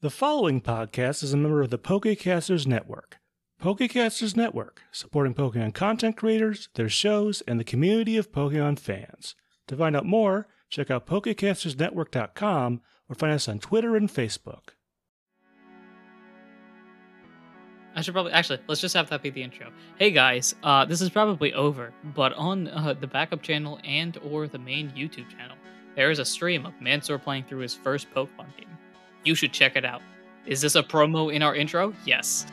The following podcast is a member of the Pokecasters Network. Pokecasters Network, supporting Pokemon content creators, their shows, and the community of Pokemon fans. To find out more, check out PokecastersNetwork.com or find us on Twitter and Facebook. I should probably actually let's just have that be the intro. Hey guys, uh, this is probably over, but on uh, the backup channel and or the main YouTube channel, there is a stream of Mansoor playing through his first Pokemon game. You should check it out. Is this a promo in our intro? Yes.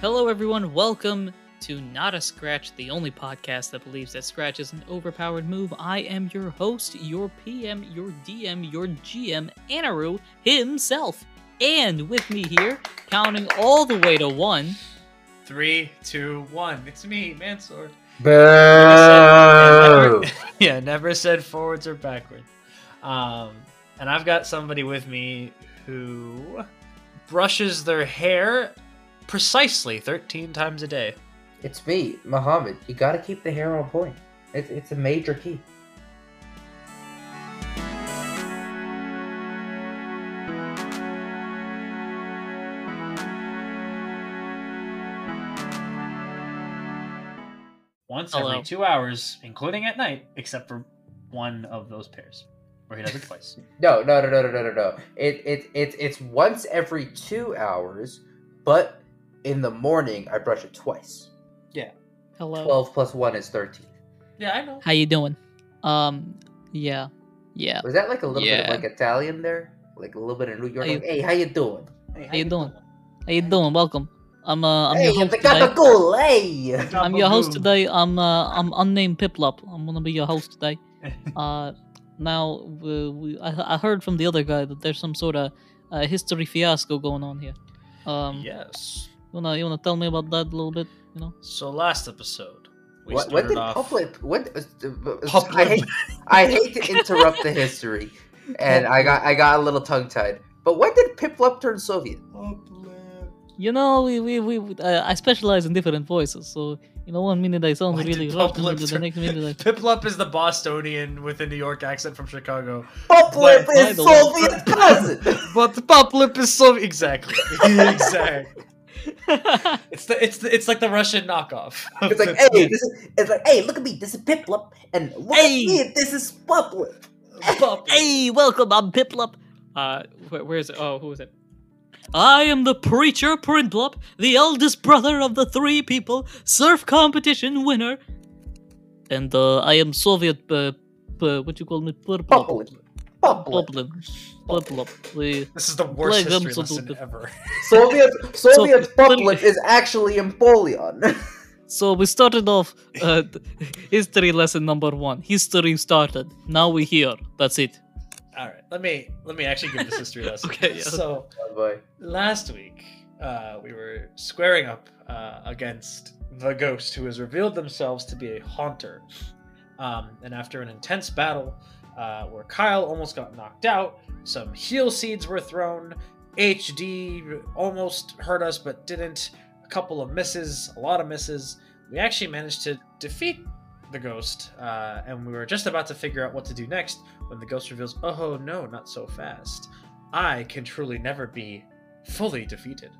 Hello, everyone. Welcome to Not a Scratch, the only podcast that believes that Scratch is an overpowered move. I am your host, your PM, your DM, your GM, Anaru himself. And with me here, counting all the way to one, Three, two, one. It's me, Mansoor. Boo! yeah, never said forwards or backwards. Um, and I've got somebody with me who brushes their hair precisely 13 times a day. It's me, Muhammad. You gotta keep the hair on point. It's, it's a major key. Once Hello. every two hours, including at night, except for one of those pairs, where he does it twice. No, no, no, no, no, no, no, no. It, it, it, it's once every two hours, but in the morning I brush it twice. hello. Twelve plus one is thirteen. Yeah, I know. How you doing? Um, yeah, yeah. Was that like a little Yeah. bit of like Italian there? Like a little bit of New York. Hey. Like, hey, how you doing? How you doing? How you doing? Welcome. I'm uh, I'm hey, your host it's a today. catacool, hey. I'm your host today. I'm uh, I'm unnamed Piplop. I'm gonna be your host today. Uh, now we, we, I, I heard from the other guy that there's some sort of uh, history fiasco going on here. Um, yes. you wanna you wanna tell me about that a little bit? You know, So last episode, we What, what started did off. public? What? uh, uh, I Public- hate, I hate to interrupt the history, and I got I got a little tongue tied. But when did Piplup turn Soviet? you know we we, we we- uh, I specialize in different voices, so you know one minute I sound What really did Russian, Piplup and the turn- next minute I. Piplup is the Bostonian with a New York accent from Chicago. Piplup Why- why is the- Soviet cousin. But the Poplip is so exactly, exactly. It's the it's the, it's like the Russian knockoff. It's like, hey, this is. It's like, hey, look at me. This is Piplup, and look Hey. at me. This is Piplup. Pop- Hey, welcome, I'm Piplup. Uh, where, where is it? Oh, who is it? I am the preacher Printlup, the eldest brother of the three people, surf competition winner. And uh, I am Soviet, uh, p- what you call me, Purplup. Piplup. Piplup. Piplup. Piplup. We- This is the Play worst them history so lesson stupid. ever. Soviet Soviet So- Piplup is actually Empoleon. So we started off uh, history lesson number one. History started. Now we here. That's it. All right, let me let me actually give this history lesson. Okay, yeah. So oh boy. last week uh, we were squaring up uh, against the ghost who has revealed themselves to be a haunter. Um, and after an intense battle uh, where Kyle almost got knocked out, some heal seeds were thrown, HD almost hurt us but didn't, a couple of misses, a lot of misses. We actually managed to defeat the ghost, uh, and we were just about to figure out what to do next when the ghost reveals, oh no, not so fast. I can truly never be fully defeated.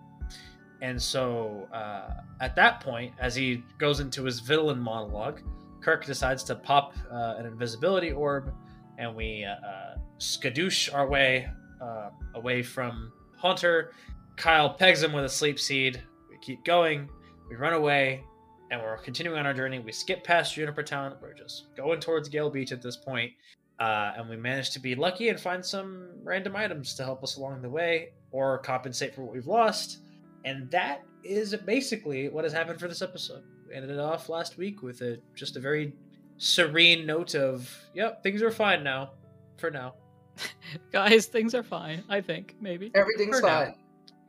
And so uh, at that point, as he goes into his villain monologue, Kirk decides to pop uh, an invisibility orb, and we uh, uh, skadoosh our way uh, away from Haunter. Kyle pegs him with a sleep seed. We keep going, we run away, and we're continuing on our journey. We skip past Juniper Town. We're just going towards Gale Beach at this point. Uh, and we managed to be lucky and find some random items to help us along the way or compensate for what we've lost. And that is basically what has happened for this episode. We ended it off last week with a just a very serene note of, "Yep, things are fine now, for now, Guys, things are fine. I think maybe. Everything's For now. fine.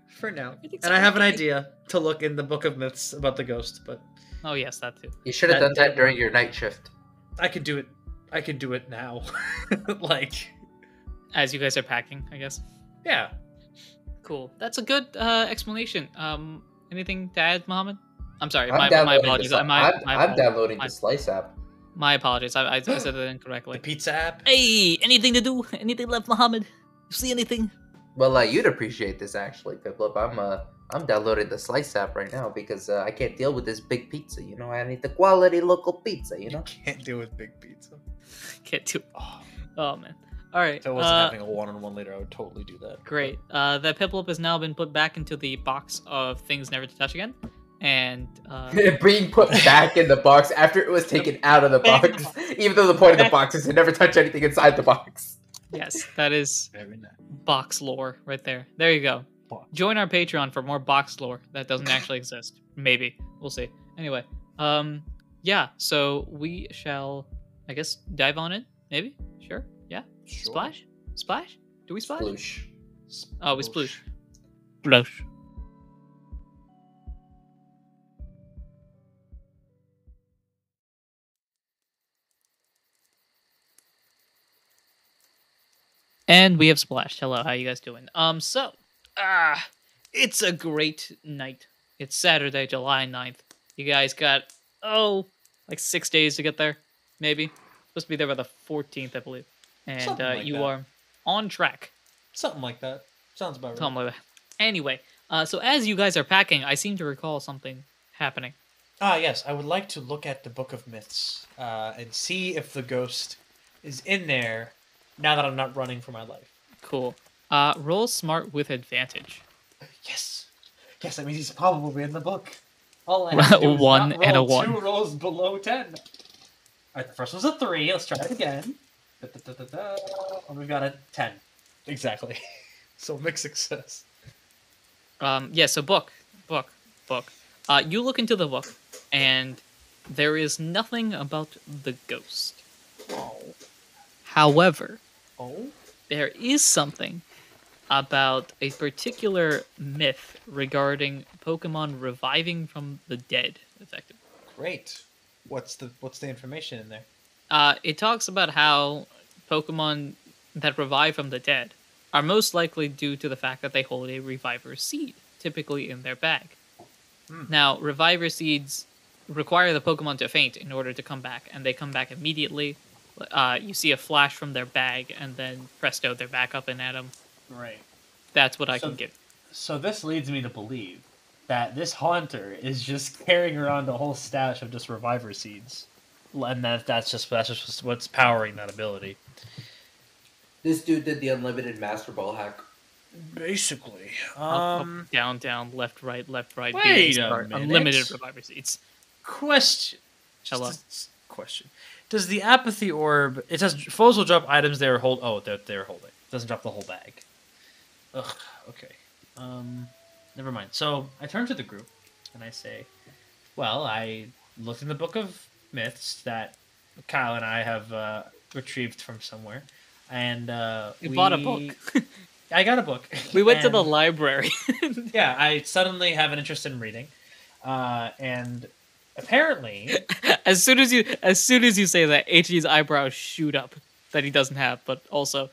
for now." Everything's And I have an okay. idea to look in the book of myths about the ghost, but Oh yes, that too. You should have That- done that during your night shift. I could do it. I can do it now. like, As you guys are packing, I guess. yeah. Cool. That's a good uh, explanation. Um, anything to add, Mohammed? I'm sorry. I'm My, my downloading apologies. The, I- my, I'm, my, I'm apologies. downloading My- the Slice app. My apologies. I, I, I said that The incorrectly. pizza app. Hey, anything to do? Anything left, Mohammed? You see anything? Well, uh, you'd appreciate this actually, Piplup. I'm uh, I'm downloading the Slice app right now because uh, I can't deal with this big pizza. You know, I need the quality local pizza. You You know. can't deal with big pizza. Can't do. Oh, Oh man. All right. if I wasn't uh, having a one-on-one later, I would totally do that. Great. Uh, the Piplup has now been put back into the box of things never to touch again, and uh, Being put back in the box after it was taken out of the Back in the box, even though the point of the Back- box is to never touch anything inside the box. yes, that is Very nice. box lore right there. There you go. Box. Join our Patreon for more box lore that doesn't actually exist. Maybe we'll see. Anyway, um, yeah. So we shall, I guess, dive on in. Maybe. Sure. Yeah. Sure. Splash. Splash. Do we splash? Sploosh. Oh, we Sploosh. sploosh. Splash. And we have splashed. Hello, how you guys doing? Um, so, ah, it's a great night. It's Saturday, July 9th. You guys got, oh, like six days to get there, maybe. Supposed to be there by the 14th, I believe. And Something uh, like you that. are on track Something like that. Sounds about right. Something like that. Anyway, uh, so as you guys are packing, I seem to recall something happening. Ah, yes. I would like to look at the Book of Myths uh, and see if the ghost is in there now that I'm not running for my life. Cool. Uh, roll smart with advantage. Yes. Yes, that means he's probably in the book. All I One and a one. rolls below ten. All right, the first one's a three. Let's try it again. Da-da-da-da-da. And we Oh, got a ten. Exactly. so mixed success. Um, yeah, so book, book, book. Uh, you look into the book, and there is nothing about the ghost. Oh. However, Oh. there is something about a particular myth regarding Pokemon reviving from the dead, effectively. Great. What's the What's the information in there? uh, it talks about how Pokemon that revive from the dead are most likely due to the fact that they hold a reviver seed, typically in their bag. Hmm. Now, reviver seeds require the Pokemon to faint in order to come back, and they come back immediately. Uh, you see a flash from their bag, and then presto, they're back up and at 'em. Right. That's what I So- can give. So this leads me to believe that this haunter is just carrying around a whole stash of just reviver seeds, and that that's just that's just what's powering that ability. This dude did the unlimited master ball hack. Basically, Up, um, up, down, down, left, right, left, right. wait beat, a start, minute. unlimited reviver seeds. question. Just Hello. a s- question. Does the apathy orb? It says foes will drop items they are hold. Oh, they're they're holding. It doesn't drop the whole bag. Ugh. Okay. Um. Never mind. So I turn to the group and I say, "Well, I looked in the book of myths that Kyle and I have uh, retrieved from somewhere, and uh, We bought a we- book. I got a book. We went to the And- library. yeah, I suddenly have an interest in reading, uh, and apparently, As soon as you as soon as you say that, HG's eyebrows shoot up that he doesn't have, but also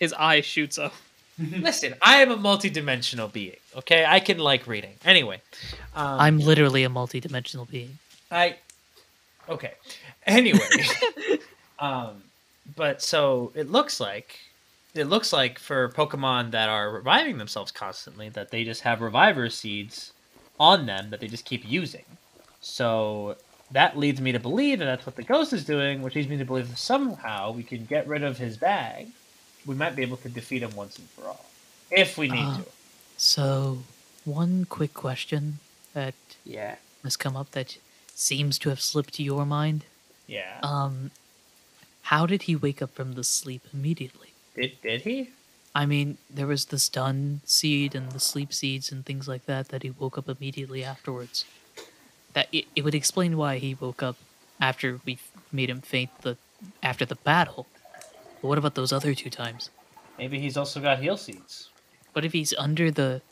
his eye shoots up. listen, I am a multi-dimensional being. Okay, I can like reading. Anyway, um, I'm literally a multidimensional being. I okay. Anyway, um, but so it looks like it looks like for Pokemon that are reviving themselves constantly, that they just have reviver seeds on them that they just keep using. So that leads me to believe that that's what the ghost is doing, which leads me to believe that somehow we can get rid of his bag. We might be able to defeat him once and for all, if we need Ah. to. So, one quick question that Yeah. has come up that seems to have slipped to your mind. Yeah. Um, how did he wake up from the sleep immediately? did did he? I mean, there was the stun seed and the sleep seeds and things like that that he woke up immediately afterwards. That it, it would explain why he woke up after we made him faint the after the battle. But what about those other two times? Maybe he's also got heal seeds. What if he's under the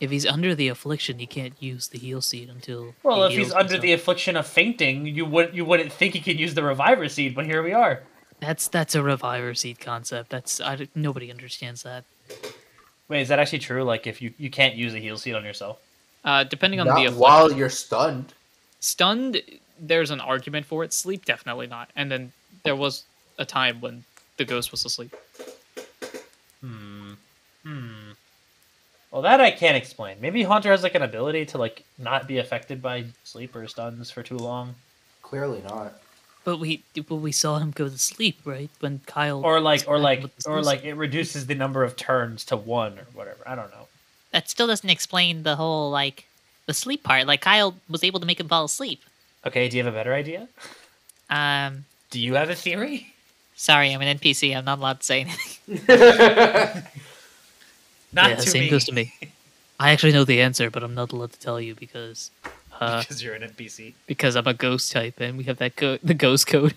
If he's under the affliction, he can't use the heal seed until. Well, he if he's heals under the himself. affliction of fainting, you would you wouldn't think he could use the reviver seed, but here we are. That's that's a reviver seed concept. That's I, don't- nobody understands that. Wait, is that actually true? Like, if you you can't use a heal seed on yourself, Uh, depending on Not the affliction. while you're stunned. stunned there's an argument for it sleep definitely not and then there was a time when the ghost was asleep hmm, hmm. Well, that I can't explain. Maybe Haunter has like an ability to like not be affected by sleep or stuns for too long, Clearly not. but we but we saw him go to sleep right when kyle or like or smacked like with his or fist. like it reduces the number of turns to one or whatever. I don't know. that still doesn't explain the whole like the sleep part. Like Kyle was able to make him fall asleep. Okay, do you have a better idea? Um, Do you have a theory? sorry, I'm an NPC. I'm not allowed to say anything. Not yeah to same me, goes to me i actually know the answer but i'm not allowed to tell you because uh because you're an NPC. because i'm a ghost type and we have that co- the ghost code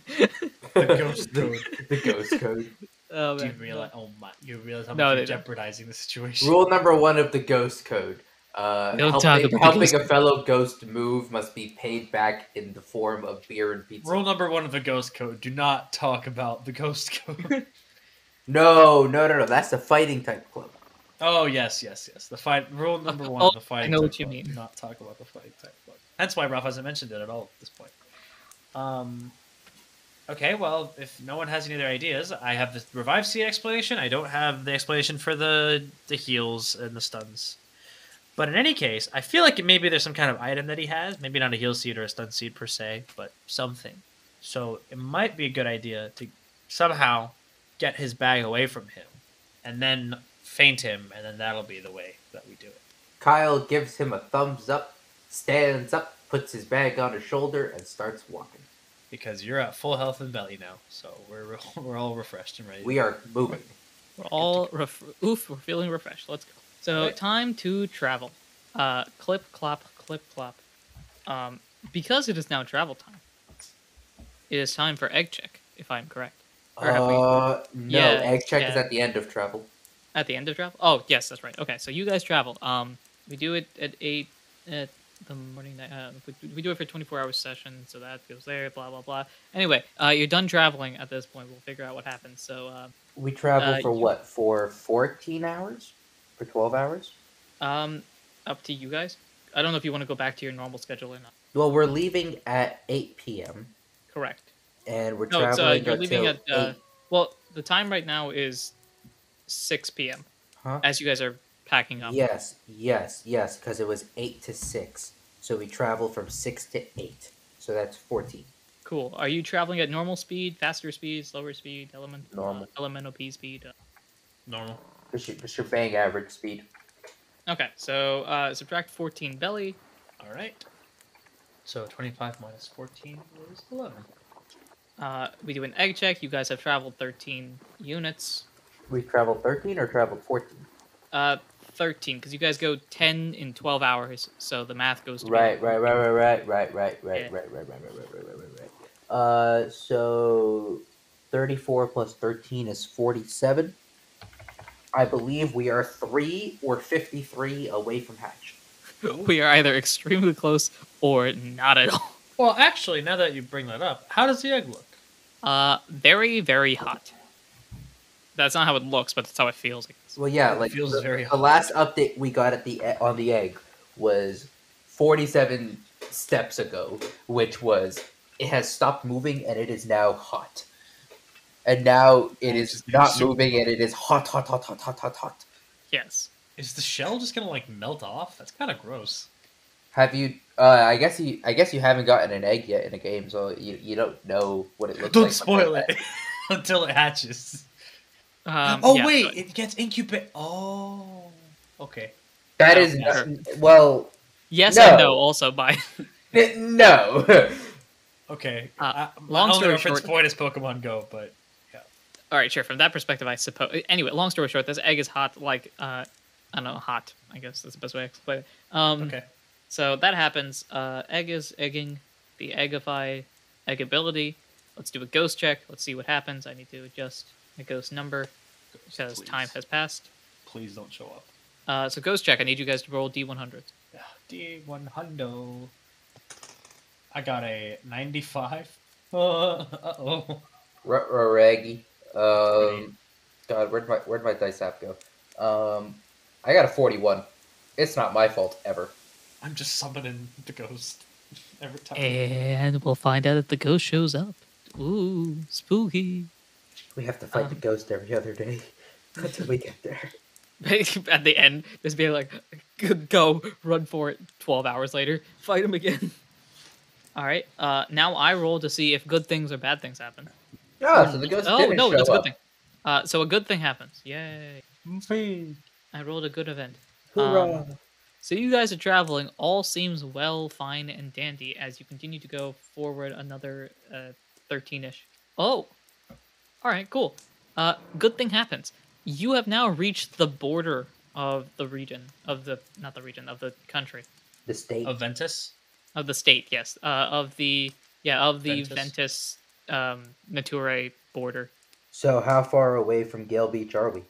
The ghost code. the ghost code. oh, Do you realize? Oh my! You realize how No, much they you're don't. jeopardizing the situation. Rule number one of the ghost code. Uh, Don't helping talk about the helping ghost a fellow ghost move must be paid back in the form of beer and pizza. Rule number one of the ghost code: Do not talk about the ghost code. No, no, no, no. That's the fighting type club. oh yes, yes, yes. The fight. Rule number one: Oh, of The fighting. know type what you club. mean. Do not talk about the fighting type club. That's why Ralph hasn't mentioned it at all at this point. Um. Okay, well, if no one has any other ideas, I have the revive seed explanation. I don't have the explanation for the the heals and the stuns. But in any case, I feel like maybe there's some kind of item that he has. Maybe not a heal seed or a stun seed per se, but something. So it might be a good idea to somehow get his bag away from him and then faint him, and then that'll be the way that we do it. Kyle gives him a thumbs up, stands up, puts his bag on his shoulder, and starts walking. Because you're at full health and belly now, so we're we're all refreshed and ready. We are moving. We're all ref- oof. We're feeling refreshed. Let's go. So Right. time to travel. Uh, clip clop, clip clop. Um, because it is now travel time. It is time for egg check, if I'm correct. Or have we- Uh, no, Yeah, egg check is yeah. at the end of travel. At the end of travel. Oh yes, that's right. Okay, so you guys travel. Um, we do it at eight at the morning. night- Uh, we- we do it for twenty-four hour session, so that goes there. Blah blah blah. Anyway, uh, you're done traveling at this point. We'll figure out what happens. So uh, We travel Uh, for you- what? For 14 hours? For 12 hours? um, up to you guys. I don't know if you want to go back to your normal schedule or not. Well, we're leaving at 8 p.m. Correct. and we're No, it's, uh, traveling you're leaving until at, uh, 8. Well, the time right now is 6 p.m. Huh? as you guys are packing up. Yes, yes, yes, because it was 8 to 6. So we travel from 6 to 8. So that's 14. Cool. Are you traveling at normal speed, faster speed, slower speed, element, Normal. uh, elemental P speed? Uh, normal. What's your, what's your bang average speed? okay, so uh, subtract 14 belly. All right. So twenty-five minus fourteen is eleven. Uh, we do an egg check. You guys have traveled 13 units. We traveled 13 or traveled 14? Uh, 13, because you guys go 10 in 12 hours, so the math goes to be- Right, right, right, right, right, right, right, right, Yeah. right, right, right, right, right, right, right, right, right. Uh, so 34 plus 13 is 47. I believe we are 3 or 53 away from Hatch. We are either extremely close or not at all. Well, actually, now that you bring that up, how does the egg look? Uh, very, very hot. That's not how it looks, but that's how it feels. I guess. Well, yeah, It like feels the, very the hot. last update we got at the e- on the egg was 47 steps ago, which was it has stopped moving and it is now hot. And now it is Just not super moving and it is hot, hot, hot, hot, hot, hot, hot. Yes. Is the shell just gonna like melt off? That's kind of gross. Have you? Uh, I guess you. I guess you haven't gotten an egg yet in a game, so you, you don't know what it looks Don't like. spoil it until it hatches. Um, oh yeah, wait, but- it gets incubated. Oh, okay. That No, is sure. well, yes and No. no. Also, by n- no. Okay. Uh, I, long I don't story know if its short- point is Pokemon Go, but all right, sure. From that perspective, I suppose. Anyway, long story short, this egg is hot. Like, uh, I don't know, hot. I guess that's the best way to explain it. Um, okay. So that happens. Uh, egg is egging. The eggify egg ability. Let's do a ghost check. Let's see what happens. I need to adjust the ghost number because time Please. has passed. Please don't show up. Uh, so ghost check. I need you guys to roll d100. D one hundo. I got a ninety five. Uh oh. R- Raggy. uh, Um, God, where'd my where'd my dice app go? Um, I got a forty-one. It's not my fault ever. I'm just summoning the ghost every time. Eh. And we'll find out if the ghost shows up. Ooh, spooky. We have to fight the Um. ghost every other day until we get there. At the end, just be like, go run for it. Twelve hours later, fight him again. All right. Uh, now I roll to see if good things or bad things happen. Oh, so the ghost oh didn't no, show that's a up. good thing. Uh, so a good thing happens. Yay! Hey. I rolled a good event. Hurrah. So you guys are traveling. All seems well, fine, and dandy as you continue to go forward another uh, thirteen-ish. oh, all right, cool. Uh, good thing happens. You have now reached the border of the region of the not the region of the country The state. Of Ventus? of the state. Yes, uh, of the yeah of the Ventus. Ventus, um, Nature border. So how far away from Gale Beach are we?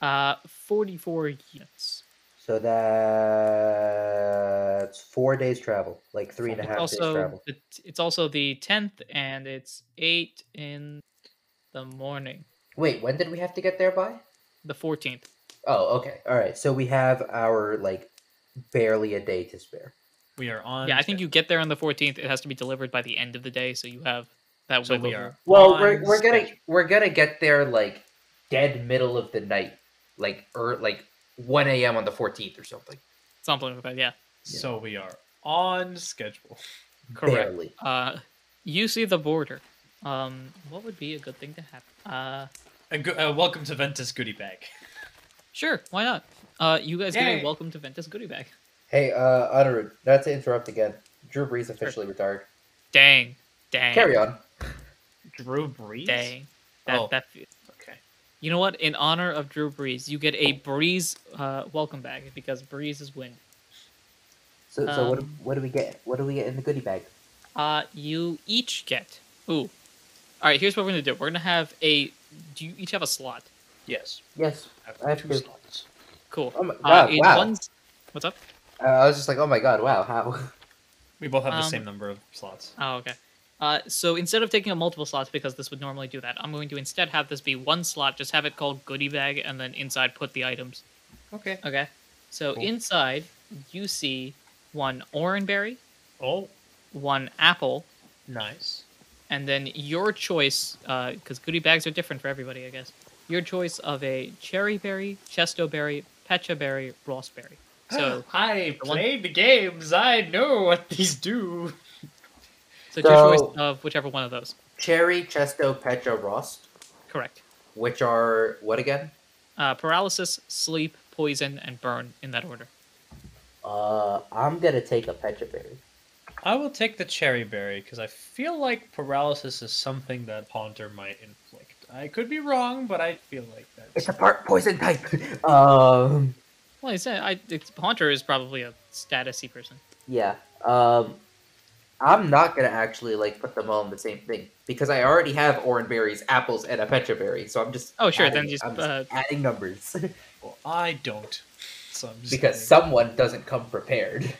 Uh, forty-four units. So that's four days travel, like three and a It's half days also travel. the, it's also the tenth, and it's eight in the morning. Wait, when did we have to get there by? The fourteenth. Oh, okay, all right. So we have our like barely a day to spare. We are on. Yeah, I think you get there on the fourteenth. It has to be delivered by the end of the day, so you have that. So wiggle we room. are. Well, on we're we're gonna schedule. we're gonna get there like dead middle of the night, like or like one a.m. on the fourteenth or something. something like that. Yeah, Yeah. So we are. On schedule. correct. Barely. Uh, you see the border. Um, what would be a good thing to happen? Uh, And go- uh, welcome to Ventus Goodie Bag. sure, why not? Uh, you guys give me Yay. a welcome to Ventus goodie bag. Hey, uh, Honorud, not to interrupt again. Drew Brees officially retired. Dang, dang, Carry on. Drew Brees? dang. That Oh. that. Okay. You know what? In honor of Drew Brees, you get a Breeze uh, welcome bag because Breeze is wind. So, so what, do- Um, what do we get? What do we get in the goodie bag? Uh, you each get. Ooh. All right. Here's what we're gonna do. We're gonna have a. Do you each have a slot? Yes. Yes. I have Two to- slots. Cool. Oh my Uh, god! in wow. one's- What's up? Uh, I was just like, oh my god! Wow. How? We both have the Um, same number of slots. Oh, okay. Uh, so instead of taking up multiple slots because this would normally do that, I'm going to instead have this be one slot. Just have it called goodie bag, and then inside put the items. Okay. Okay. So Cool. inside you see one oranberry, Oh, one apple, nice. and then your choice, because goodie bags are different for everybody, I guess. Your choice of a cherry berry, chesto berry, pecha berry, rossberry. So, I one- played the games. I know what these do. so your So- choice of whichever one of those. Cherry, Chesto, Petra, Rost, Correct. which are what again? Uh, paralysis, sleep, poison, and burn in that order. Uh, I'm gonna take a Petra berry. I will take the cherry berry because I feel like paralysis is something that Haunter might inflict. I could be wrong, but I feel like that. It's a part poison type. um, Well, you said I, it's, Haunter is probably a statusy person. yeah. Um, I'm not gonna actually like put them all in the same thing because I already have orange berries, apples, and a Petra berry. So I'm just Oh, sure, adding, then just, I'm uh, adding numbers Well, I don't. So I'm just because saying. someone doesn't come prepared.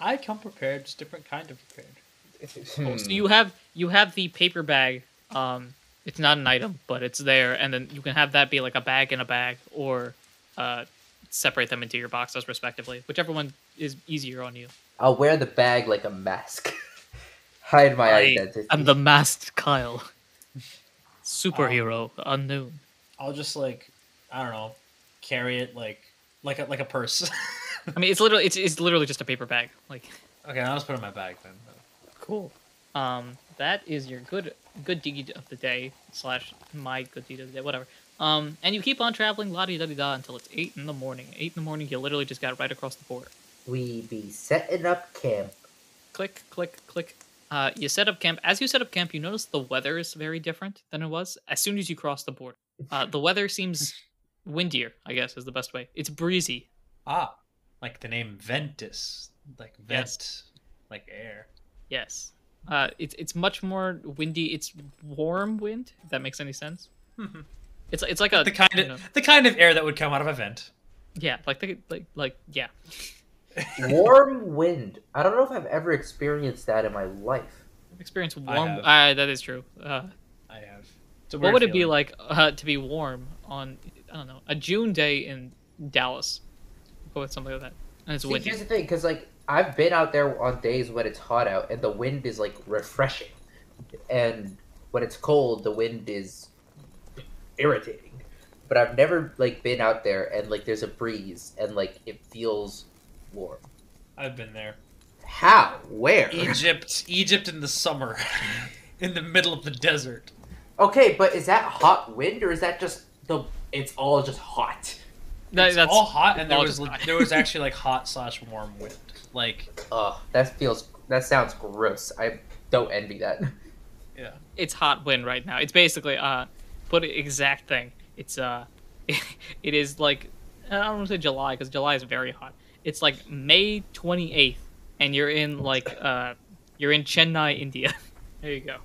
I come prepared, just different kind of prepared. Cool. Oh, So you have you have the paper bag. Um, it's not an item, but it's there, and then you can have that be like a bag in a bag, or uh, separate them into your boxes respectively, whichever one is easier on you. I'll wear the bag like a mask. Hide my I identity. am the masked Kyle, superhero unknown. I'll just like, I don't know, carry it like like a, like a purse. I mean, it's literally it's, it's literally just a paper bag. Like okay, I'll just put it in my bag then. cool. Um, that is your good good deed of the day slash my good deed of the day, whatever. Um, and you keep on traveling la di da di da until it's eight in the morning. Eight in the morning, you literally just got right across the border. We be setting up camp. click click click uh, you set up camp as you set up camp you notice the weather is very different than it was as soon as you cross the border uh, the weather seems windier i guess is the best way it's breezy Ah, like the name Ventus, like vent, Yes. like air. yes uh, it's it's much more windy it's warm wind if that makes any sense Mhm. it's it's like a The kind you know, of the kind of air that would come out of a vent. Yeah, like they like like yeah. Warm wind. I don't know if I've ever experienced that in my life. Experience warm. have. Uh, that is true. Uh, I have. It's a what weird would it be feeling. like uh, to be warm on I don't know a June day in Dallas? Go with something like that. And it's See, windy. here's the thing, because like I've been out there on days when it's hot out and the wind is like refreshing, and when it's cold, the wind is irritating. But I've never like been out there and like there's a breeze and like it feels warm. I've been there. How? Where? Egypt, Egypt in the summer, in the middle of the desert. Okay, but is that hot wind or is that just the? It's all just hot. That- it's that's all hot, and there all was just le- hot. there was actually like hot slash warm wind. Like Ugh, that feels. That sounds gross. I don't envy that. it's hot wind right now. It's basically uh, put it exact thing. It's uh, it is like I don't want to say July because July is very hot. It's like May twenty eighth, and you're in like uh, you're in Chennai, India. there you go.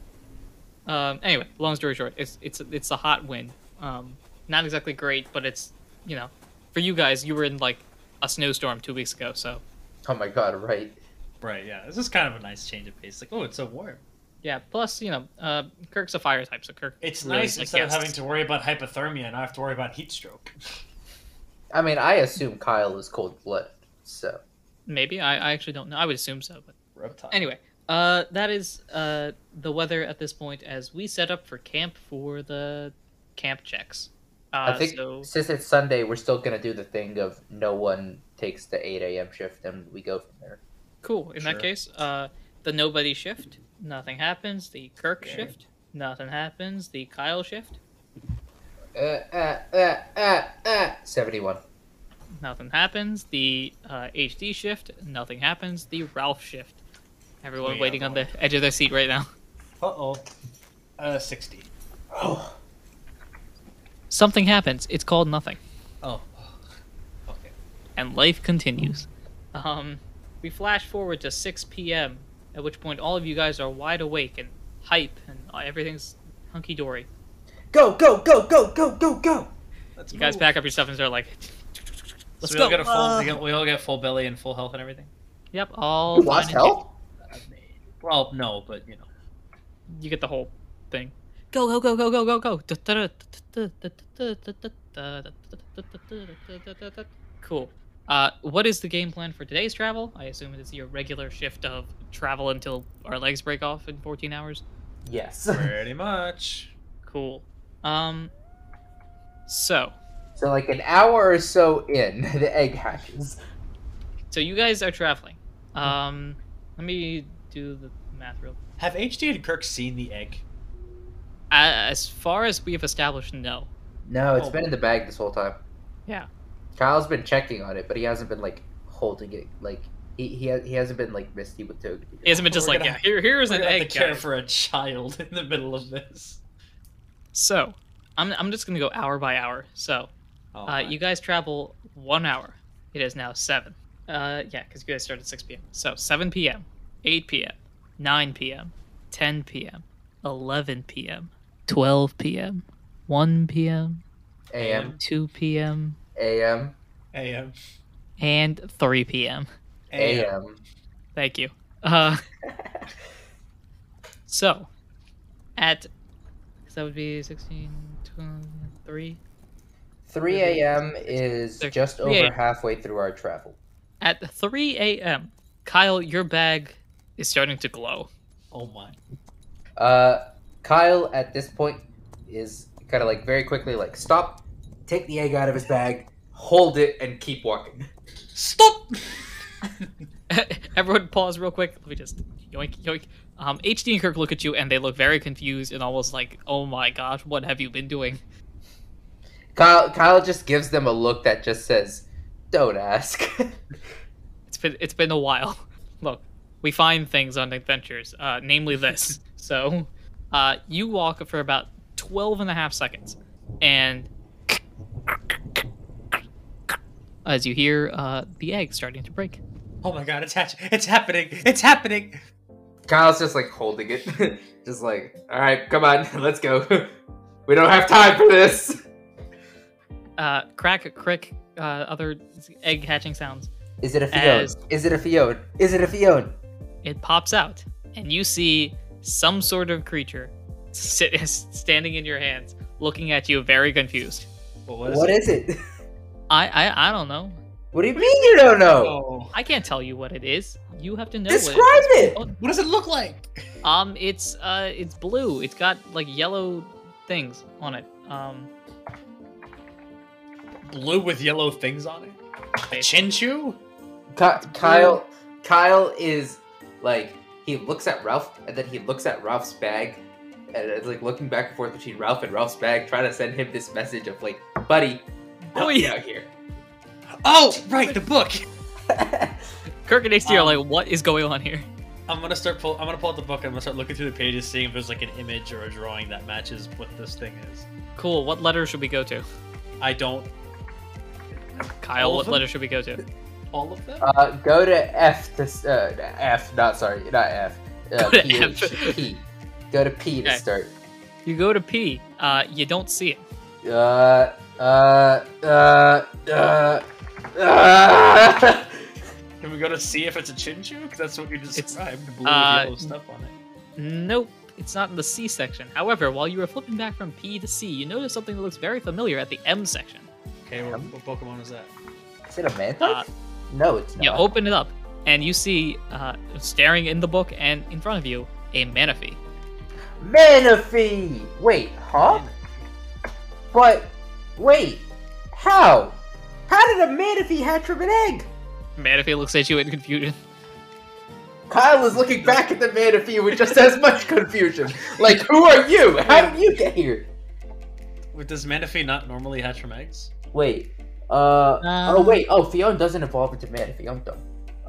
Um, anyway, long story short, it's it's it's a hot wind. Um, not exactly great, but it's you know, for you guys, you were in like a snowstorm two weeks ago, so Oh my god! Right. right, yeah. This is kind of a nice change of pace. Like oh, it's so warm. yeah. Plus, you know, uh, Kirk's a fire type, so Kirk. It's really nice instead of casts. having to worry about hypothermia, and I have to worry about heat stroke. I mean, I assume Kyle is cold blooded, so Maybe I, I actually don't know. I would assume so, but. Reptile. anyway uh that is uh the weather at this point as we set up for camp for the camp checks uh I think so since it's Sunday, we're still gonna do the thing of no one takes the eight a.m. shift, and we go from there. cool in that Sure. case uh the nobody shift nothing happens the kirk shift nothing happens the kyle shift Uh, uh, uh, uh, uh. Seventy-one. nothing happens the uh hd shift nothing happens the ralph shift everyone We are waiting on the edge of their seat right now Uh oh. Uh, sixty. Oh, something happens it's called nothing Oh. Okay. and life continues. Um, we flash forward to 6 p.m., at which point all of you guys are wide awake and hype, and everything's hunky dory. go, go, go, go, go, go, go. Let's You guys move. pack up your stuff and start like, So let's we go. all get a full. Uh, we, get, we all get full belly and full health and everything. Yep, all You lost fine and health. Well, no, but you know. dandy. You get the whole thing. Go go go go go go go. Da-da-da-da-da-da-da-da-da-da-da-da-da-da-da-da-da-da. Cool. Uh, what is the game plan for today's travel? I assume it is your regular shift of travel until our legs break off in 14 hours. Yes. Pretty much. Cool. Um. So, so like an hour or so in, the egg hatches. so you guys are traveling. Mm-hmm. Um, let me do the math real. Have HD and Kirk seen the egg? A- As far as we have established, no. No, it's Oh. been in the bag this whole time. Yeah. Kyle's been checking on it, but he hasn't been like holding it. Like he he, ha- he hasn't been like misty with Toad. It hasn't been just We're like gonna- yeah, here here's We're an gonna have egg. to care guys. for a child in the middle of this. So, I'm I'm just gonna go hour by hour. So, Oh, uh, my. you guys travel one hour. It is now seven. Uh, yeah, because you guys started at six p.m. So seven p.m., eight p.m., nine p.m., ten p.m., eleven p.m., twelve p.m., one p.m., AM two p.m. AM AM. and 3 p.m. AM. Thank you. Uh, so, at so that would be 16, 12, 3. Three AM is Six. just Three over AM. halfway through our travel. At 3 a.m., Kyle, your bag is starting to glow. Oh my. Uh, Kyle at this point is kind of like very quickly like stop, take the egg out of his bag, hold it, and keep walking. Stop! Everyone, pause real quick. Let me just yoink yoink. Um, HD and Kirk look at you and they look very confused and almost like, "Oh my gosh, what have you been doing?" Kyle Kyle just gives them a look that just says, "Don't ask." It's been it's been a while. Look, we find things on adventures, uh, namely this. so, uh, you walk for about 12 and a half seconds, and as you hear uh, the egg starting to break. Oh my god, it's hatch- It's happening! It's happening! Kyle's just like holding it, just like, "All right, come on, let's go. we don't have time for this." Uh, crack, crick, uh, other egg hatching sounds. Is it a Fion? As- Is it a Fion? Is it a Fion? It pops out, and you see some sort of creature sit, standing in your hands, looking at you, very confused. But what is What it? is it? I I, I don't know. What do you mean you don't know? Oh, I can't tell you what it is. You have to know. Describe What it. what does it look like? it is. Um, it's uh, it's blue. It's got like yellow things on it. Um, Blue with yellow things on it. A Chinchu? Ky- Kyle. Kyle is like he looks at Ralph, and then he looks at Ralph's bag, and it's like looking back and forth between Ralph and Ralph's bag, trying to send him this message of like, buddy, help Oh, me yeah. out here. Oh, right, the book. Kirk and HT are Um, like, what is going on here? I'm gonna start pull. I'm gonna pull out the book. I'm gonna start looking through the pages, seeing if there's like an image or a drawing that matches what this thing is. Cool. What letter should we go to? I don't. Kyle, All of what them? letter should we go to? All of them. Uh, go to F to s- uh, F. Not sorry, not F. Uh, Go to P, F. P. Go to P to Okay. start. You go to P. Uh, you don't see it. Uh, uh, uh, uh, uh. Can we go to see if it's a Chinchu? Because that's what you described. blue with uh, yellow stuff on it. Nope, it's not in the C section. However, while you were flipping back from P to C, you notice something that looks very familiar at the M section. Okay, what, what Pokemon is that? Is it a man? Uh, no, it's not. Uh-huh. You open it up, and you see, uh, staring in the book and in front of you, a Manaphy. Manaphy! Wait, huh? But, wait, how? How did a Manaphy hatch from an egg? Manaphy looks at you in confusion. Kyle is looking back at the Manaphy with just as much confusion. Like, who are you? How did you get here? Wait, does Manaphy not normally hatch from eggs? Wait, uh, oh Um. wait, oh, Fionn doesn't evolve into Manaphy, I'm dumb.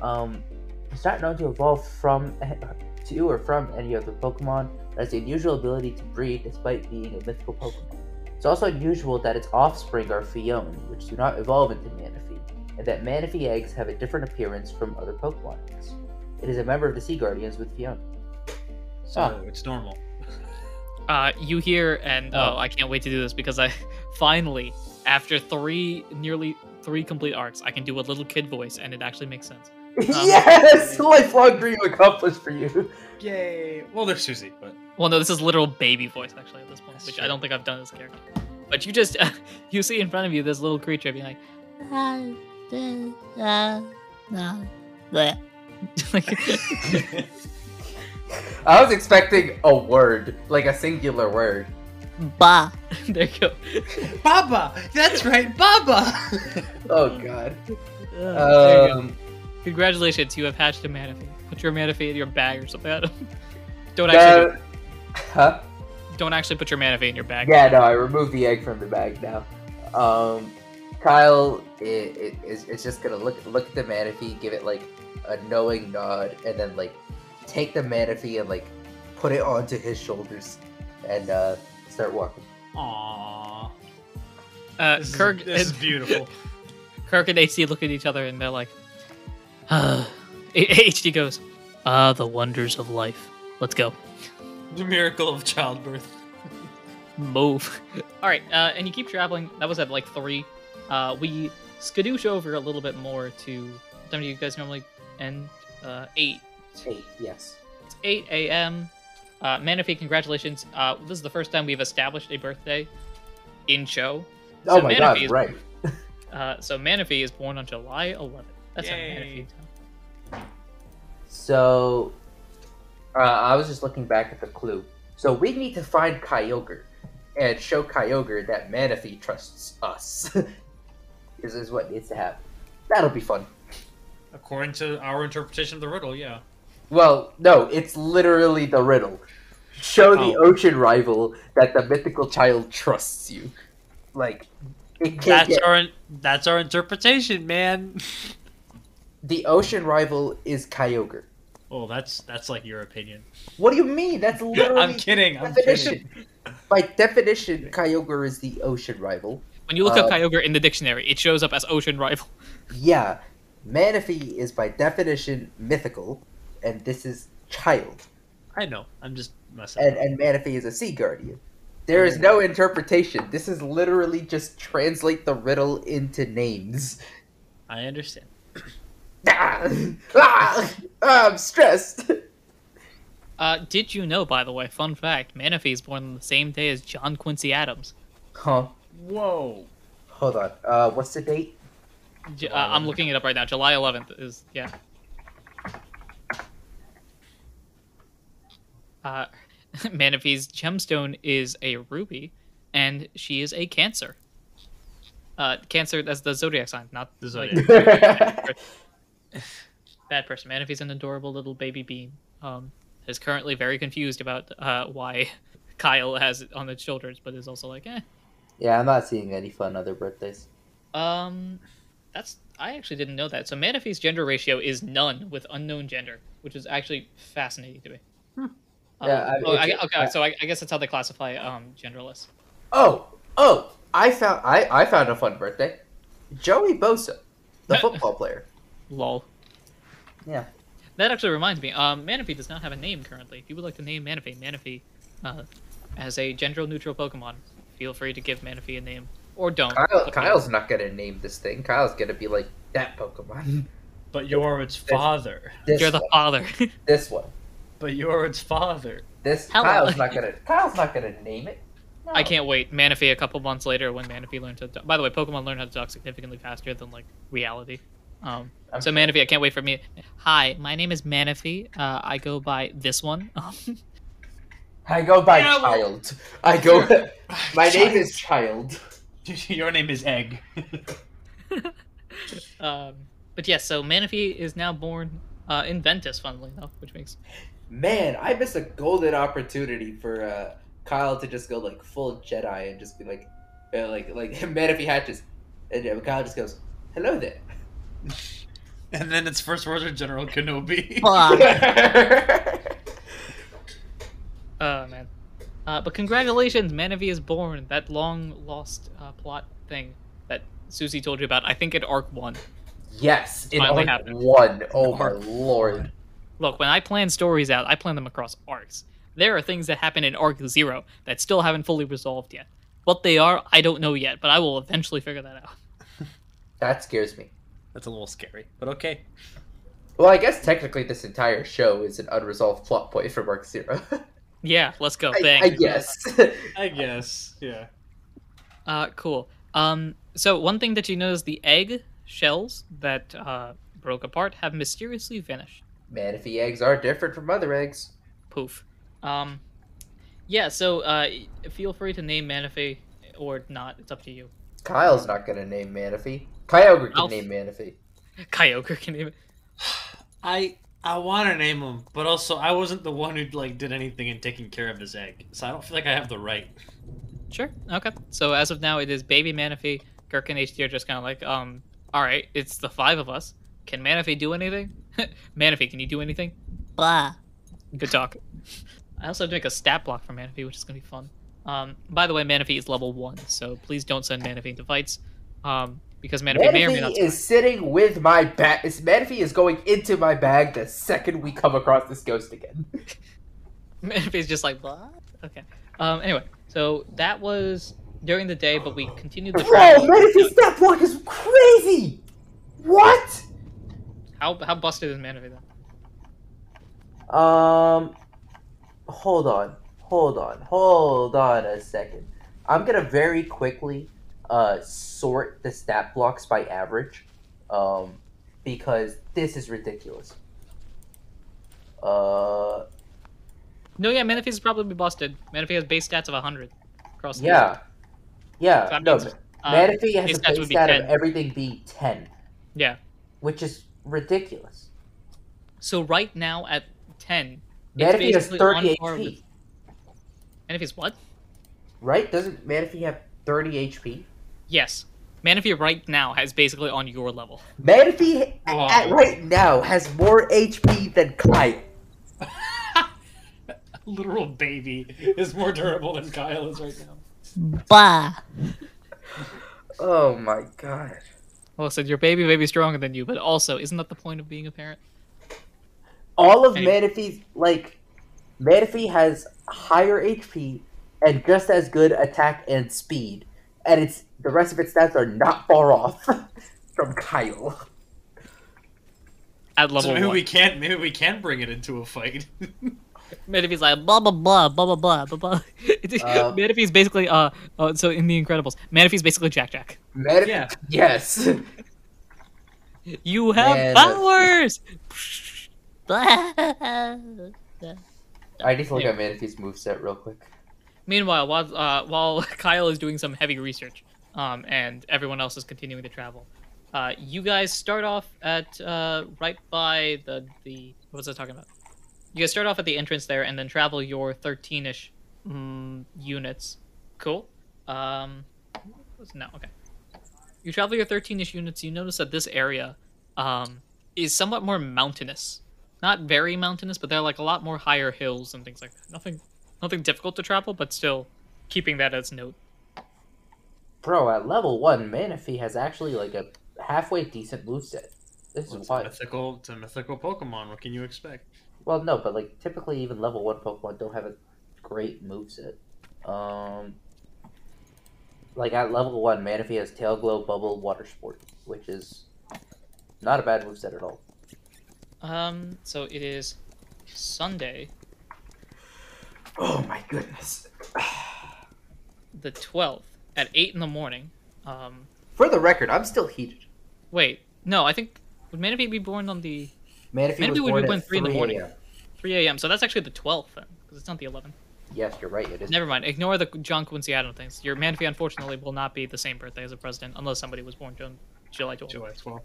Um, it's not known to evolve from, to or from any other Pokemon, but has the unusual ability to breed despite being a mythical Pokemon. It's also unusual that its offspring are Fionn, which do not evolve into Manaphy, and that Manaphy eggs have a different appearance from other Pokemon eggs. It is a member of the Sea Guardians with Um, Fionn. So Ah. it's normal. Uh, you hear, and Oh. oh, I can't wait to do this because I finally, after three, nearly three complete arcs, I can do a little kid voice, and it actually makes sense. yes! Lifelong dream accomplished for you! Yay! Well, there's Susie, but Well, no, this is literal baby voice actually at this point, That's which I true. don't think I've done as a character. But you just you see in front of you this little creature being like, Uh, uh, uh, uh, bleh. like I was expecting a word, like a singular word. bah. there you go. Baba! That's right, Baba! Oh god. Oh, There you go. Um, Congratulations, you have hatched a manaphy. Put your manaphy in your bag or something. I don't- don't actually that- huh? don't actually put your manaphy in your bag. Yeah, no, I removed the egg from the bag now. Um, Kyle i- i- is is just gonna look look at the manaphy, give it like a knowing nod, and then like take the manaphy and like put it onto his shoulders and uh, start walking. Aww. Uh, This, Kirk, is, this is and, beautiful. Kirk and HD look at each other and they're like, ah. HD goes, ah, the wonders of life. Let's go. the miracle of childbirth. move. All right, uh, and you keep traveling. That was at like three. Uh, we skadoosh over a little bit more to. What time do you guys normally end? Uh, eight. Eight, yes. It's eight a.m. Uh, Manaphy, congratulations. Uh, this is the first time we've established a birthday in show. Oh So my Manaphy god, is- right. Uh, so Manaphy is born on July 11th. That's how Yay. Manaphy. time. So, uh, I was just looking back at the clue. So we need to find Kyogre and show Kyogre that Manaphy trusts us. this is what needs to happen. That'll be fun. According to our interpretation of the riddle, yeah. Well, no, it's literally the riddle. Show the Oh. ocean rival that the mythical child trusts you. Like, it can't That's get... our that's our interpretation, man. the ocean rival is Kyogre. Oh, that's that's like your opinion. What do you mean? That's literally I'm kidding. I'm kidding. definition. By definition, Kyogre is the ocean rival. When you look up Uh, Kyogre in the dictionary, it shows up as ocean rival. Yeah, Manaphy is by definition mythical, and this is child. I know. I'm just messing. And up. and Manaphy is a sea guardian. There is no interpretation. This is literally just translate the riddle into names. I understand. Ah, ah, ah, I'm stressed. Uh, did you know, by the way, fun fact, Manaphy is born on the same day as John Quincy Adams. Huh. Whoa. Hold on. Uh, what's the date? J- uh, I'm looking it up right now. July 11th is, yeah. Uh, Manaphy's gemstone is a ruby, and she is a cancer. Uh, cancer, that's the zodiac sign, not The like, zodiac. bad person. Manaphy's an adorable little baby bean. Um, is currently very confused about uh, why Kyle has it on the shoulders, but is also like, eh. yeah, I'm not seeing any fun other birthdays. Um, that's I actually didn't know that. So Manaphy's gender ratio is none with unknown gender, which is actually fascinating to me. Um, Hmm. Yeah, I- oh, I, it's- okay, so I, I guess that's how they classify um genderless. Oh, oh! I found I I found a fun birthday. Joey Bosa, the football player. Lol. Yeah. That actually reminds me. Um, Manaphy does not have a name currently. If you would like to name Manaphy, Manaphy, uh, as a gender-neutral Pokemon, feel free to give Manaphy a name or don't. Kyle, Kyle's not gonna name this thing. Kyle's gonna be like that Pokemon. But you're its father. This You're the one. father. This one. But you're its father. This Hello. Kyle's not gonna. Kyle's not gonna name it. I can't wait. Manaphy a couple months later when Manaphy learned to. By the way, Pokemon learn how to talk significantly faster than like reality. Um, I'm so Manaphy, I can't wait for me. Hi, my name is Manaphy. Uh, I go by this one. I go by Yeah, well- child. I go. My name is child. Your name is Egg. um, but yes, so Manaphy is now born uh, in Ventus, funnily enough, which makes Man, I missed a golden opportunity for uh, Kyle to just go like full Jedi and just be like, uh, like, like man if he hatches, and uh, Kyle just goes, "Hello there." and then its first words are General Kenobi. Fuck. Oh man. Uh, but congratulations, Manaphy is born. That long lost uh, plot thing that Susie told you about. I think in arc one. yes, it Finally only happened. one. Oh my Arc lord. Look, when I plan stories out, I plan them across arcs. There are things that happen in arc zero that still haven't fully resolved yet. What they are, I don't know yet, but I will eventually figure that out. That scares me. That's a little scary, but okay. Well, I guess technically this entire show is an unresolved plot point from Arc Zero. Yeah, let's go. I, Bang. I guess. I guess, yeah. Uh, cool. Um, so one thing that you notice: the egg shells that uh, broke apart have mysteriously vanished. Manaphy eggs are different from other eggs. poof. Um, yeah. So uh, feel free to name Manaphy or not. It's up to you. Kyle's not gonna name Manaphy. Kyogre can I'll- name Manaphy. Kyogre can name it. I I want to name him, but also I wasn't the one who like did anything in taking care of his egg, so I don't feel like I have the right. Sure. Okay. So as of now, it is Baby Manaphy. Kirk and HD are just kind of like, um, all right, it's the five of us. Can Manaphy do anything? Manaphy, can you do anything? Blah. Good talk. I also have to make a stat block for Manaphy, which is gonna be fun. Um, by the way, Manaphy is level one, so please don't send Manaphy into fights, um, because Manaphy, may or may not. Manaphy is sitting with my bag. Manaphy is going into my bag the second we come across this ghost again. Manaphy's just like, what? Okay. Um, anyway, so that was during the day, but we continued the Bro, travel. Manaphy's stat block is crazy. What? How, how busted is Manaphy then? Um, hold on, hold on, hold on a second. I'm gonna very quickly uh sort the stat blocks by average, um, because this is ridiculous. Uh, No, yeah, Manaphy's probably busted. Manaphy has base stats of 100 across the yeah, yeah. That no, means, board. Um, Manaphy has his a stats base would be stat of 10. everything being ten. Yeah. which is ridiculous. So right now at 10, It's Manaphy has basically thirty on par HP, with- Manaphy's what? right? Doesn't Manaphy have thirty HP? Yes. Manaphy right now has basically on your level. Manaphy Wow. at right now has more HP than Kyle. Literal baby is more durable than Kyle is right now. Blah. Oh my god. Well, said your baby may be stronger than you, but also, isn't that the point of being a parent? All of Hey. Manaphy's like Manaphy has higher HP and just as good attack and speed. And it's the rest of its stats are not far off from Kyle. At level So maybe one. we can maybe we can bring it into a fight. Metaphys like blah blah blah blah blah blah blah blah. Uh, Metaphys basically uh, uh so in the Incredibles, Metaphys basically Jack Jack. Meta- yeah. Yes. You have Man, powers. Meanwhile, I need to look at Manaphy's moveset real quick. while uh, while Kyle is doing some heavy research, um, and everyone else is continuing to travel, uh, you guys start off at uh, right by the the what was I talking about? You guys start off at the entrance there, and then travel your thirteen-ish mm, units. Cool. Um, was- no, okay. You travel your 13-ish units. You notice that this area um, is somewhat more mountainous. Not very mountainous, but there are like a lot more higher hills and things like that. Nothing, nothing difficult to travel, but still keeping that as note. Bro, at level one, Manaphy has actually like a halfway decent moveset. This Well, is it's a why. mythical it's a mythical Pokemon, what can you expect? Well, no, but like typically, even level one Pokemon don't have a great moveset. Um, like at level one, Manaphy has Tail Glow, Bubble, Water Sport, which is not a bad moveset at all. Um, so it is Sunday, Oh my goodness! the 12th, at 8 in the morning. Um, For the record, I'm still heated. wait, no, I think would Manaphy be born on the Manaphy, Manaphy was would be born born at three in the morning. a.m.. 3 a.m.? So that's actually the 12th then, because it's not the 11th. Yes, you're right. It is. Never mind. Ignore the John Quincy Adams things. Your Manfi, unfortunately, will not be the same birthday as a president unless somebody was born June, July 12th. July twelfth.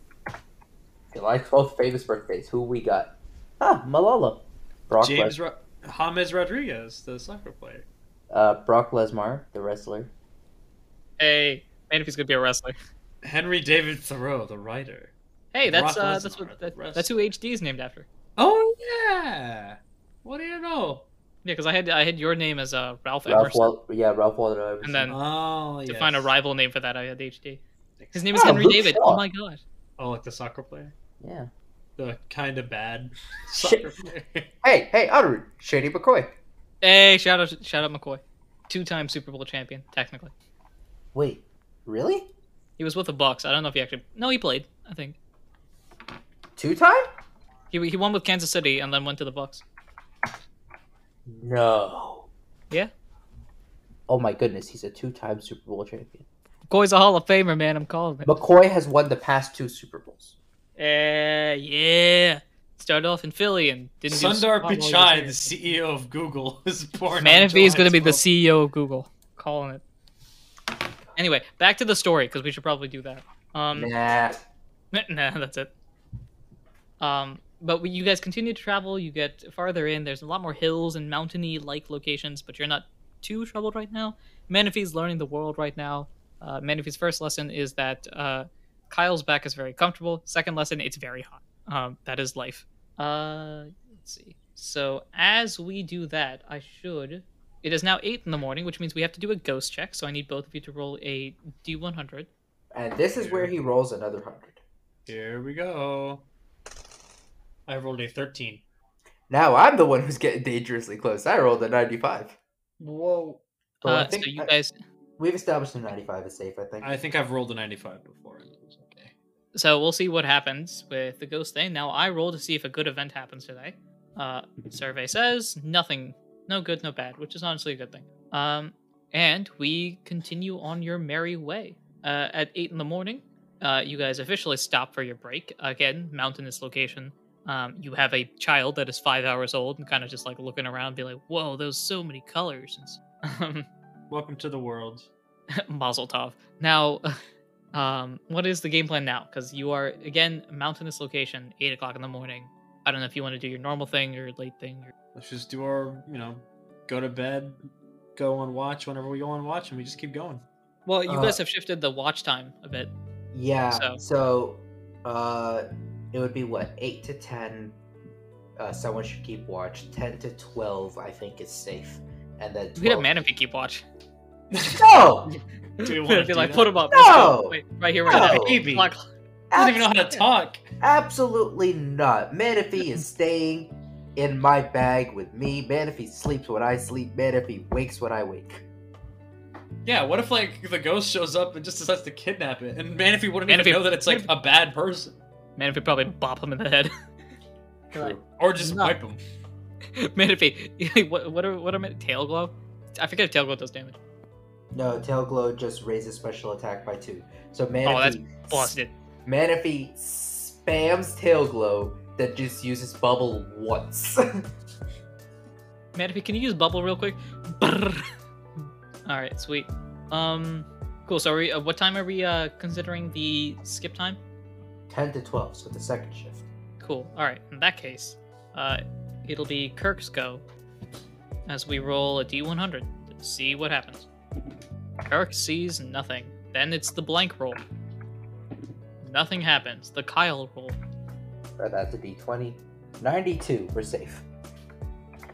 July 12th, famous birthdays. Who we got? Ah, Malala. Brock, James Les- Ro- James Rodriguez, the soccer player. uh, Brock Lesmar, the wrestler. Hey, Manfi's gonna be a wrestler. Henry David Thoreau, the writer. Hey, that's Brock uh, Lesnar, that's what the that, that's who HD is named after. Oh yeah. What do you know? Yeah, because I had I had your name as uh, Ralph, Ralph Emerson, Wal- yeah, Ralph Waldo Emerson. and then Oh yeah. to find a rival name for that, I had HD. His name is Oh, Henry Luke David. Shaw. Oh my god. Oh, like the soccer player? yeah. The kind of bad Shit. soccer player. Hey, hey, Otteru, Shady McCoy. Hey, shout out shout out McCoy, two time Super Bowl champion technically. Wait, really? He was with the Bucks. I don't know if he actually no he played. I think Two time? he he won with Kansas City and then went to the Bucks. No. Yeah. Oh my goodness, he's a two time Super Bowl champion. McCoy's a Hall of Famer, man. I'm calling it. McCoy has won the past two Super Bowls. Uh, yeah. Started off in Philly and didn't do Sundar squat while he was Pichai, here. the CEO of Google, is born. Man on of V is July going to be the 12th. CEO of Google. Calling it. Anyway, back to the story because we should probably do that. Um, Nah. nah, that's it. Um, but we, you guys continue to travel. You get farther in. There's a lot more hills and mountainy like locations, but you're not too troubled right now. Manaphy's learning the world right now. Uh, Manaphy's first lesson is that uh, Kyle's back is very comfortable. Second lesson, it's very hot. Um, that is life. Uh, let's see. So as we do that, I should. It is now eight in the morning, which means we have to do a ghost check. So I need both of you to roll a d100. And this is where he rolls another 100. Here we go. I rolled a thirteen. Now I'm the one who's getting dangerously close. I rolled a 95. Whoa. So I Uh, so think you I- guys, we've established a 95 is safe, I think. I think I've rolled a ninety-five before. and it was okay. So we'll see what happens with the ghost thing. Now I roll to see if a good event happens today. Uh, survey says nothing, no good, no bad, which is honestly a good thing. Um, and we continue on your merry way. Uh, at eight in the morning, uh, you guys officially stop for your break. Again, mountainous location. Um, you have a child that is five hours old and kind of just like looking around, be like, "Whoa, there's so many colors." Um, Welcome to the world. Mazel tov. Now, um, what is the game plan now? Because you are again mountainous location, eight o'clock in the morning. I don't know if you want to do your normal thing or late thing. Or... Let's just do our, you know, go to bed, go and watch whenever we go and watch, and we just keep going. Well, you Uh, guys have shifted the watch time a bit. Yeah. So- So, uh, it would be what eight to ten. Uh, someone should keep watch. Ten to twelve, I think, is safe. And then You could have 12 Manaphy keep watch. No, Do we Be wanna like, do that? put him up. let's go. No! Wait, right here, right No! Baby. now. He doesn't even know how to Abs- talk. Absolutely not. Manaphy is staying in my bag with me. Man, if he sleeps when I sleep, man, if he wakes when I wake. Yeah, what if like the ghost shows up and just decides to kidnap it? And man, if he wouldn't Man, even if he- know that it's like a bad person, Man, if he probably bop him in the head. Like, or just No. wipe him. Man, if he what what are what are tail glow? I forget if tail glow does damage. No, Tail Glow just raises special attack by two. So man, Oh, if that's he, Busted. man, if he spams Tail Glow, that just uses bubble once. Man, if he can you use bubble real quick? Brrr. All right, sweet. Um, cool. So, are we, uh, what time are we uh considering the skip time? Ten to twelve, so the second shift. Cool. All right. In that case, uh, it'll be Kirk's go as we roll a d100 to see what happens. Kirk sees nothing. Then it's the blank roll. Nothing happens. The Kyle roll. Uh, That's a D twenty. Ninety-two, we're safe.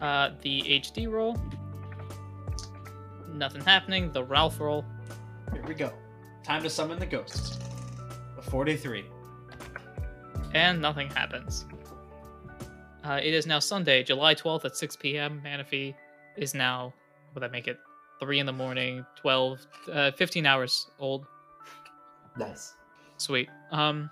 Uh, the HD roll. Nothing happening. The Ralph roll. Here we go. Time to summon the ghost. A Forty-three. and nothing happens. Uh, it is now Sunday, July 12th at 6 p.m. Manaphy is now, would that make it 3 in the morning, 12, uh, 15 hours old. Nice. Sweet. Um,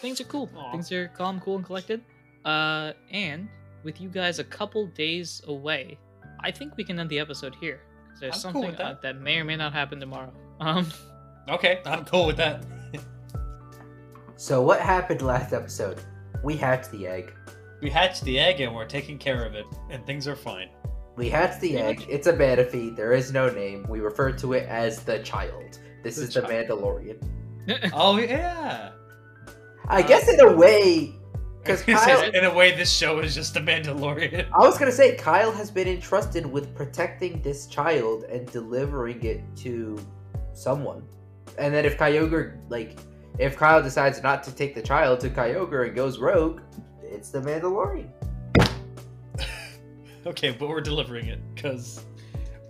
things are cool. Aw. Things are calm, cool, and collected. Uh, and with you guys a couple days away, I think we can end the episode here. 'cause There's I'm something cool with uh, that may or may not happen tomorrow. Um, Okay, I'm cool with that. So what happened last episode? We hatched the egg. We hatched the egg and we're taking care of it, and things are fine. We hatched the egg. It's a manaphy. There is no name. We refer to it as the child. This The is the child. Mandalorian. Oh yeah. I Uh, guess in a way, because Kyle. in a way, this show is just the Mandalorian. I was gonna say Kyle has been entrusted with protecting this child and delivering it to someone, and then if Kyogre like, if Kyle decides not to take the child to Kyogre and goes rogue, it's the Mandalorian. Okay, but we're delivering it because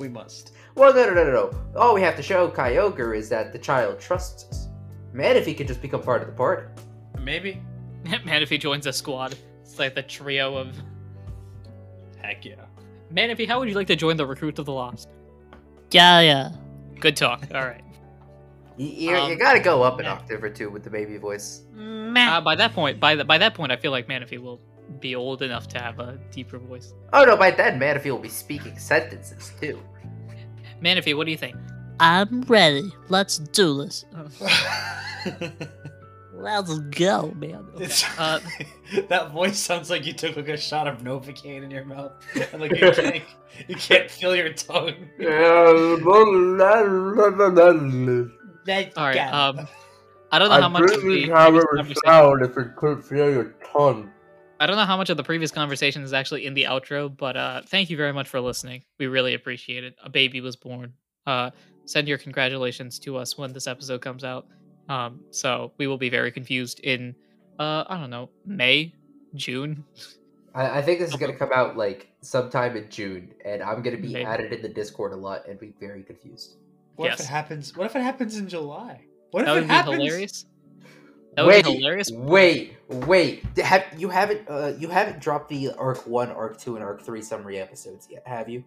we must. Well, no, no, no, no, no. All we have to show Kyogre is that the child trusts us. Man, if he could just become part of the party. Maybe. Manaphy joins a squad. It's like the trio of Heck yeah. Manaphy. How would you like to join the Recruit of the Lost? yeah, yeah. Good talk. All right. You, you, Um, you gotta go up an yeah. octave or two with the baby voice. Uh, by that point, by the, by that point, I feel like Manaphy will be old enough to have a deeper voice. Oh no, by then Manaphy will be speaking sentences too. Manaphy, what do you think? I'm ready. Let's do this. Let's go, man. It's- Uh, that voice sounds like you took like a shot of Novocaine in your mouth, and like you can't, you can't feel your tongue. I Let's All right. go. Um, I don't know how much of the previous conversation, sound if it couldn't feel your tongue. I don't know how much of the previous conversation is actually in the outro, but uh, thank you very much for listening. We really appreciate it. A baby was born. Uh, send your congratulations to us when this episode comes out. Um, so we will be very confused in, uh, I don't know, May, June. I, I think this is gonna come out like sometime in June, and I'm gonna be Maybe. added in the Discord a lot and be very confused. what if yes. it happens? What if it happens in July? What if That it would be happens? hilarious. That would be hilarious. Wait, wait. D- Have, you haven't uh, you haven't dropped the Arc One, Arc Two, and Arc Three summary episodes yet, have you?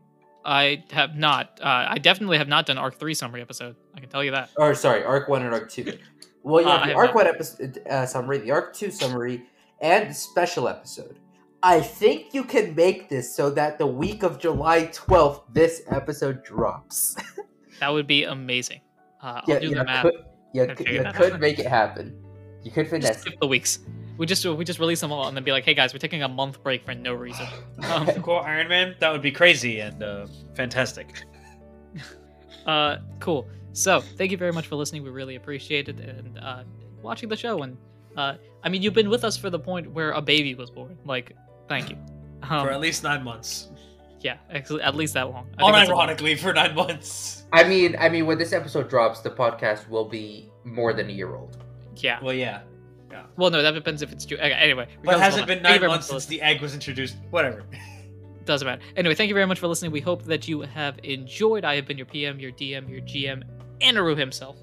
I have not. Uh, I definitely have not done Arc Three summary episode. I can tell you that. Or sorry, Arc One and Arc Two. Well, you Uh, have I the have Arc not. One episode uh, summary, the Arc Two summary, and the special episode. I think you can make this so that the week of July twelfth, this episode drops. That would be amazing. Uh, I'll do you the math. Could, you and could- figure you that could out. make it happen. You could Just finesse. it. skip the weeks. We just we just release them all and then be like, hey guys, we're taking a month break for no reason. Um, Cool Iron Man. That would be crazy and uh, fantastic. uh, cool. So thank you very much for listening. We really appreciate it and uh, watching the show. And uh, I mean, you've been with us for the point where a baby was born. Like, thank you. for at Um, least nine months. yeah, ex- at least that long. I think that's a- Unironically, for nine months. I mean, I mean, when this episode drops, the podcast will be more than a year old. Yeah. Well, yeah. Well, no, that depends if it's due. Okay, anyway, But regardless, has hold it on. been Thank you nine very much months for since the egg was introduced? Whatever. Doesn't matter. Anyway, thank you very much for listening. We hope that you have enjoyed. I have been your PM, your DM, your GM, and Aru himself.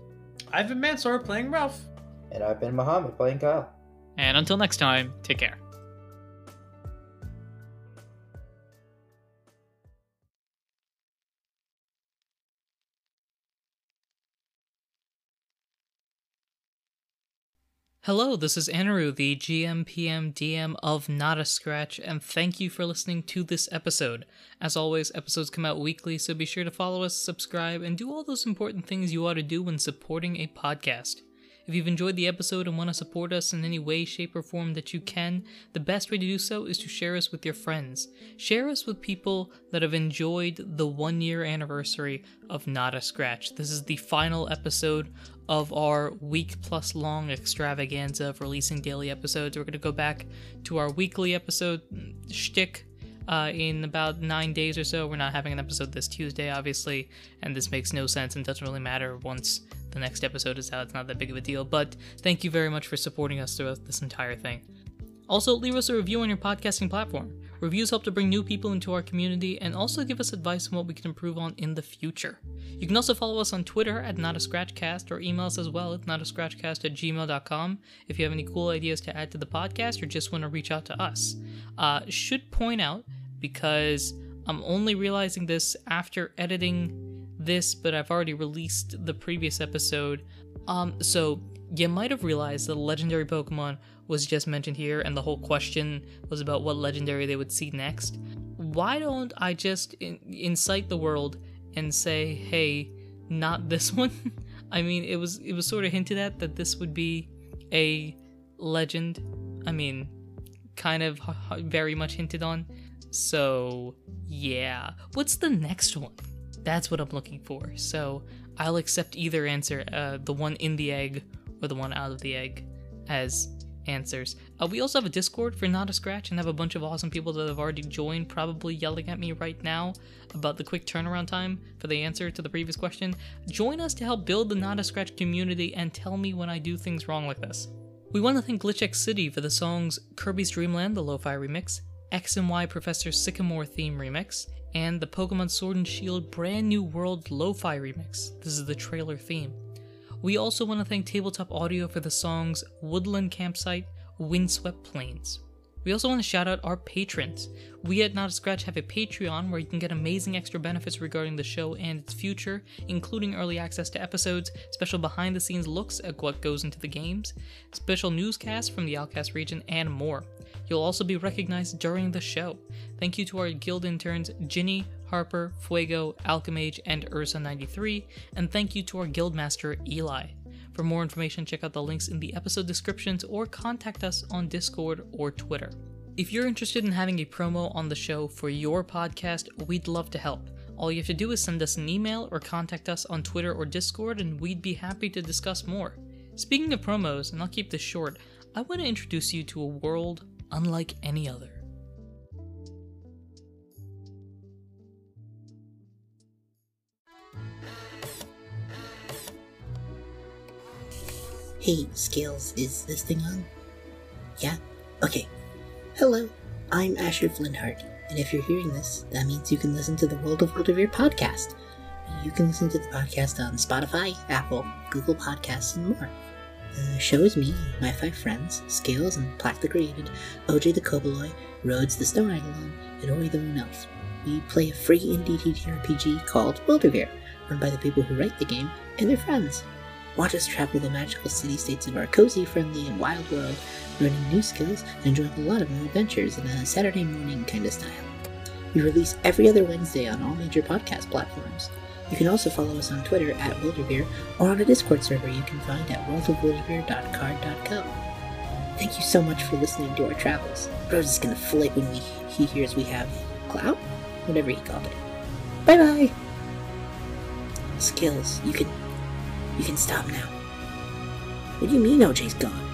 I've been Mansoor playing Ralph. And I've been Muhammad playing Kyle. And until next time, take care. Hello, this is Anaru, the GM, PM, DM of Not a Scratch, and thank you for listening to this episode. As always, episodes come out weekly, so be sure to follow us, subscribe, and do all those important things you ought to do when supporting a podcast. If you've enjoyed the episode and want to support us in any way, shape, or form that you can, the best way to do so is to share us with your friends. Share us with people that have enjoyed the one year anniversary of Not a Scratch. This is the final episode of our week plus long extravaganza of releasing daily episodes. We're going to go back to our weekly episode shtick uh, in about nine days or so. We're not having an episode this Tuesday, obviously, and this makes no sense and doesn't really matter once the next episode is out. It's not that big of a deal, but thank you very much for supporting us throughout this entire thing. Also, leave us a review on your podcasting platform. Reviews help to bring new people into our community and also give us advice on what we can improve on in the future. You can also follow us on Twitter at NotAScratchCast or email us as well at NotAScratchCast at gmail.com if you have any cool ideas to add to the podcast or just want to reach out to us. Uh, should point out, because I'm only realizing this after editing this, but I've already released the previous episode, um, so you might have realized that legendary Pokemon was just mentioned here, and the whole question was about what legendary they would see next. Why don't I just in- incite the world and say, "Hey, not this one"? I mean, it was it was sort of hinted at that this would be a legend. I mean, kind of h- h- very much hinted on. So yeah, what's the next one? That's what I'm looking for. So I'll accept either answer, uh, the one in the egg or the one out of the egg, as answers. Uh, we also have a Discord for Not a Scratch and have a bunch of awesome people that have already joined, probably yelling at me right now about the quick turnaround time for the answer to the previous question. Join us to help build the Not a Scratch community and tell me when I do things wrong like this. We want to thank Glitchex City for the songs Kirby's Dreamland, the Lo-Fi remix, X and Y Professor Sycamore theme remix, and the Pokemon Sword and Shield Brand New World Lo-Fi remix. This is the trailer theme. We also want to thank Tabletop Audio for the songs Woodland Campsite, Windswept Plains. We also want to shout out our patrons. We at Not a Scratch have a Patreon where you can get amazing extra benefits regarding the show and its future, including early access to episodes, special behind the scenes looks at what goes into the games, special newscasts from the Outcast region, and more. You'll also be recognized during the show. Thank you to our guild interns, Ginny, Harper, Fuego, Alchemage, and Ursa93, and thank you to our guildmaster, Eli. For more information, check out the links in the episode descriptions or contact us on Discord or Twitter. If you're interested in having a promo on the show for your podcast, we'd love to help. All you have to do is send us an email or contact us on Twitter or Discord, and we'd be happy to discuss more. Speaking of promos, and I'll keep this short, I want to introduce you to a world unlike any other. Hey, Scales, is this thing on? Yeah? Okay. Hello, I'm Asher Flinhart, and if you're hearing this, that means you can listen to the World of Worldovir podcast. You can listen to the podcast on Spotify, Apple, Google Podcasts, and more. The show is me, my five friends, Scales and Plaque the Created, OJ the Kobaloy, Rhodes the Stone Eidolon, and Ori the Moon Elf. We play a free indie TTRPG called Worldovir, run by the people who write the game and their friends. Watch us travel the magical city states of our cozy, friendly, and wild world, learning new skills and enjoying a lot of new adventures in a Saturday morning kind of style. We release every other Wednesday on all major podcast platforms. You can also follow us on Twitter at Wilderbeer or on a Discord server you can find at worldofwilderbeer.card.com. Thank you so much for listening to our travels. Rose is gonna flip when we, he hears we have clout? Whatever he called it. Bye bye! Skills, you can you can stop now. What do you mean OJ's gone? Um,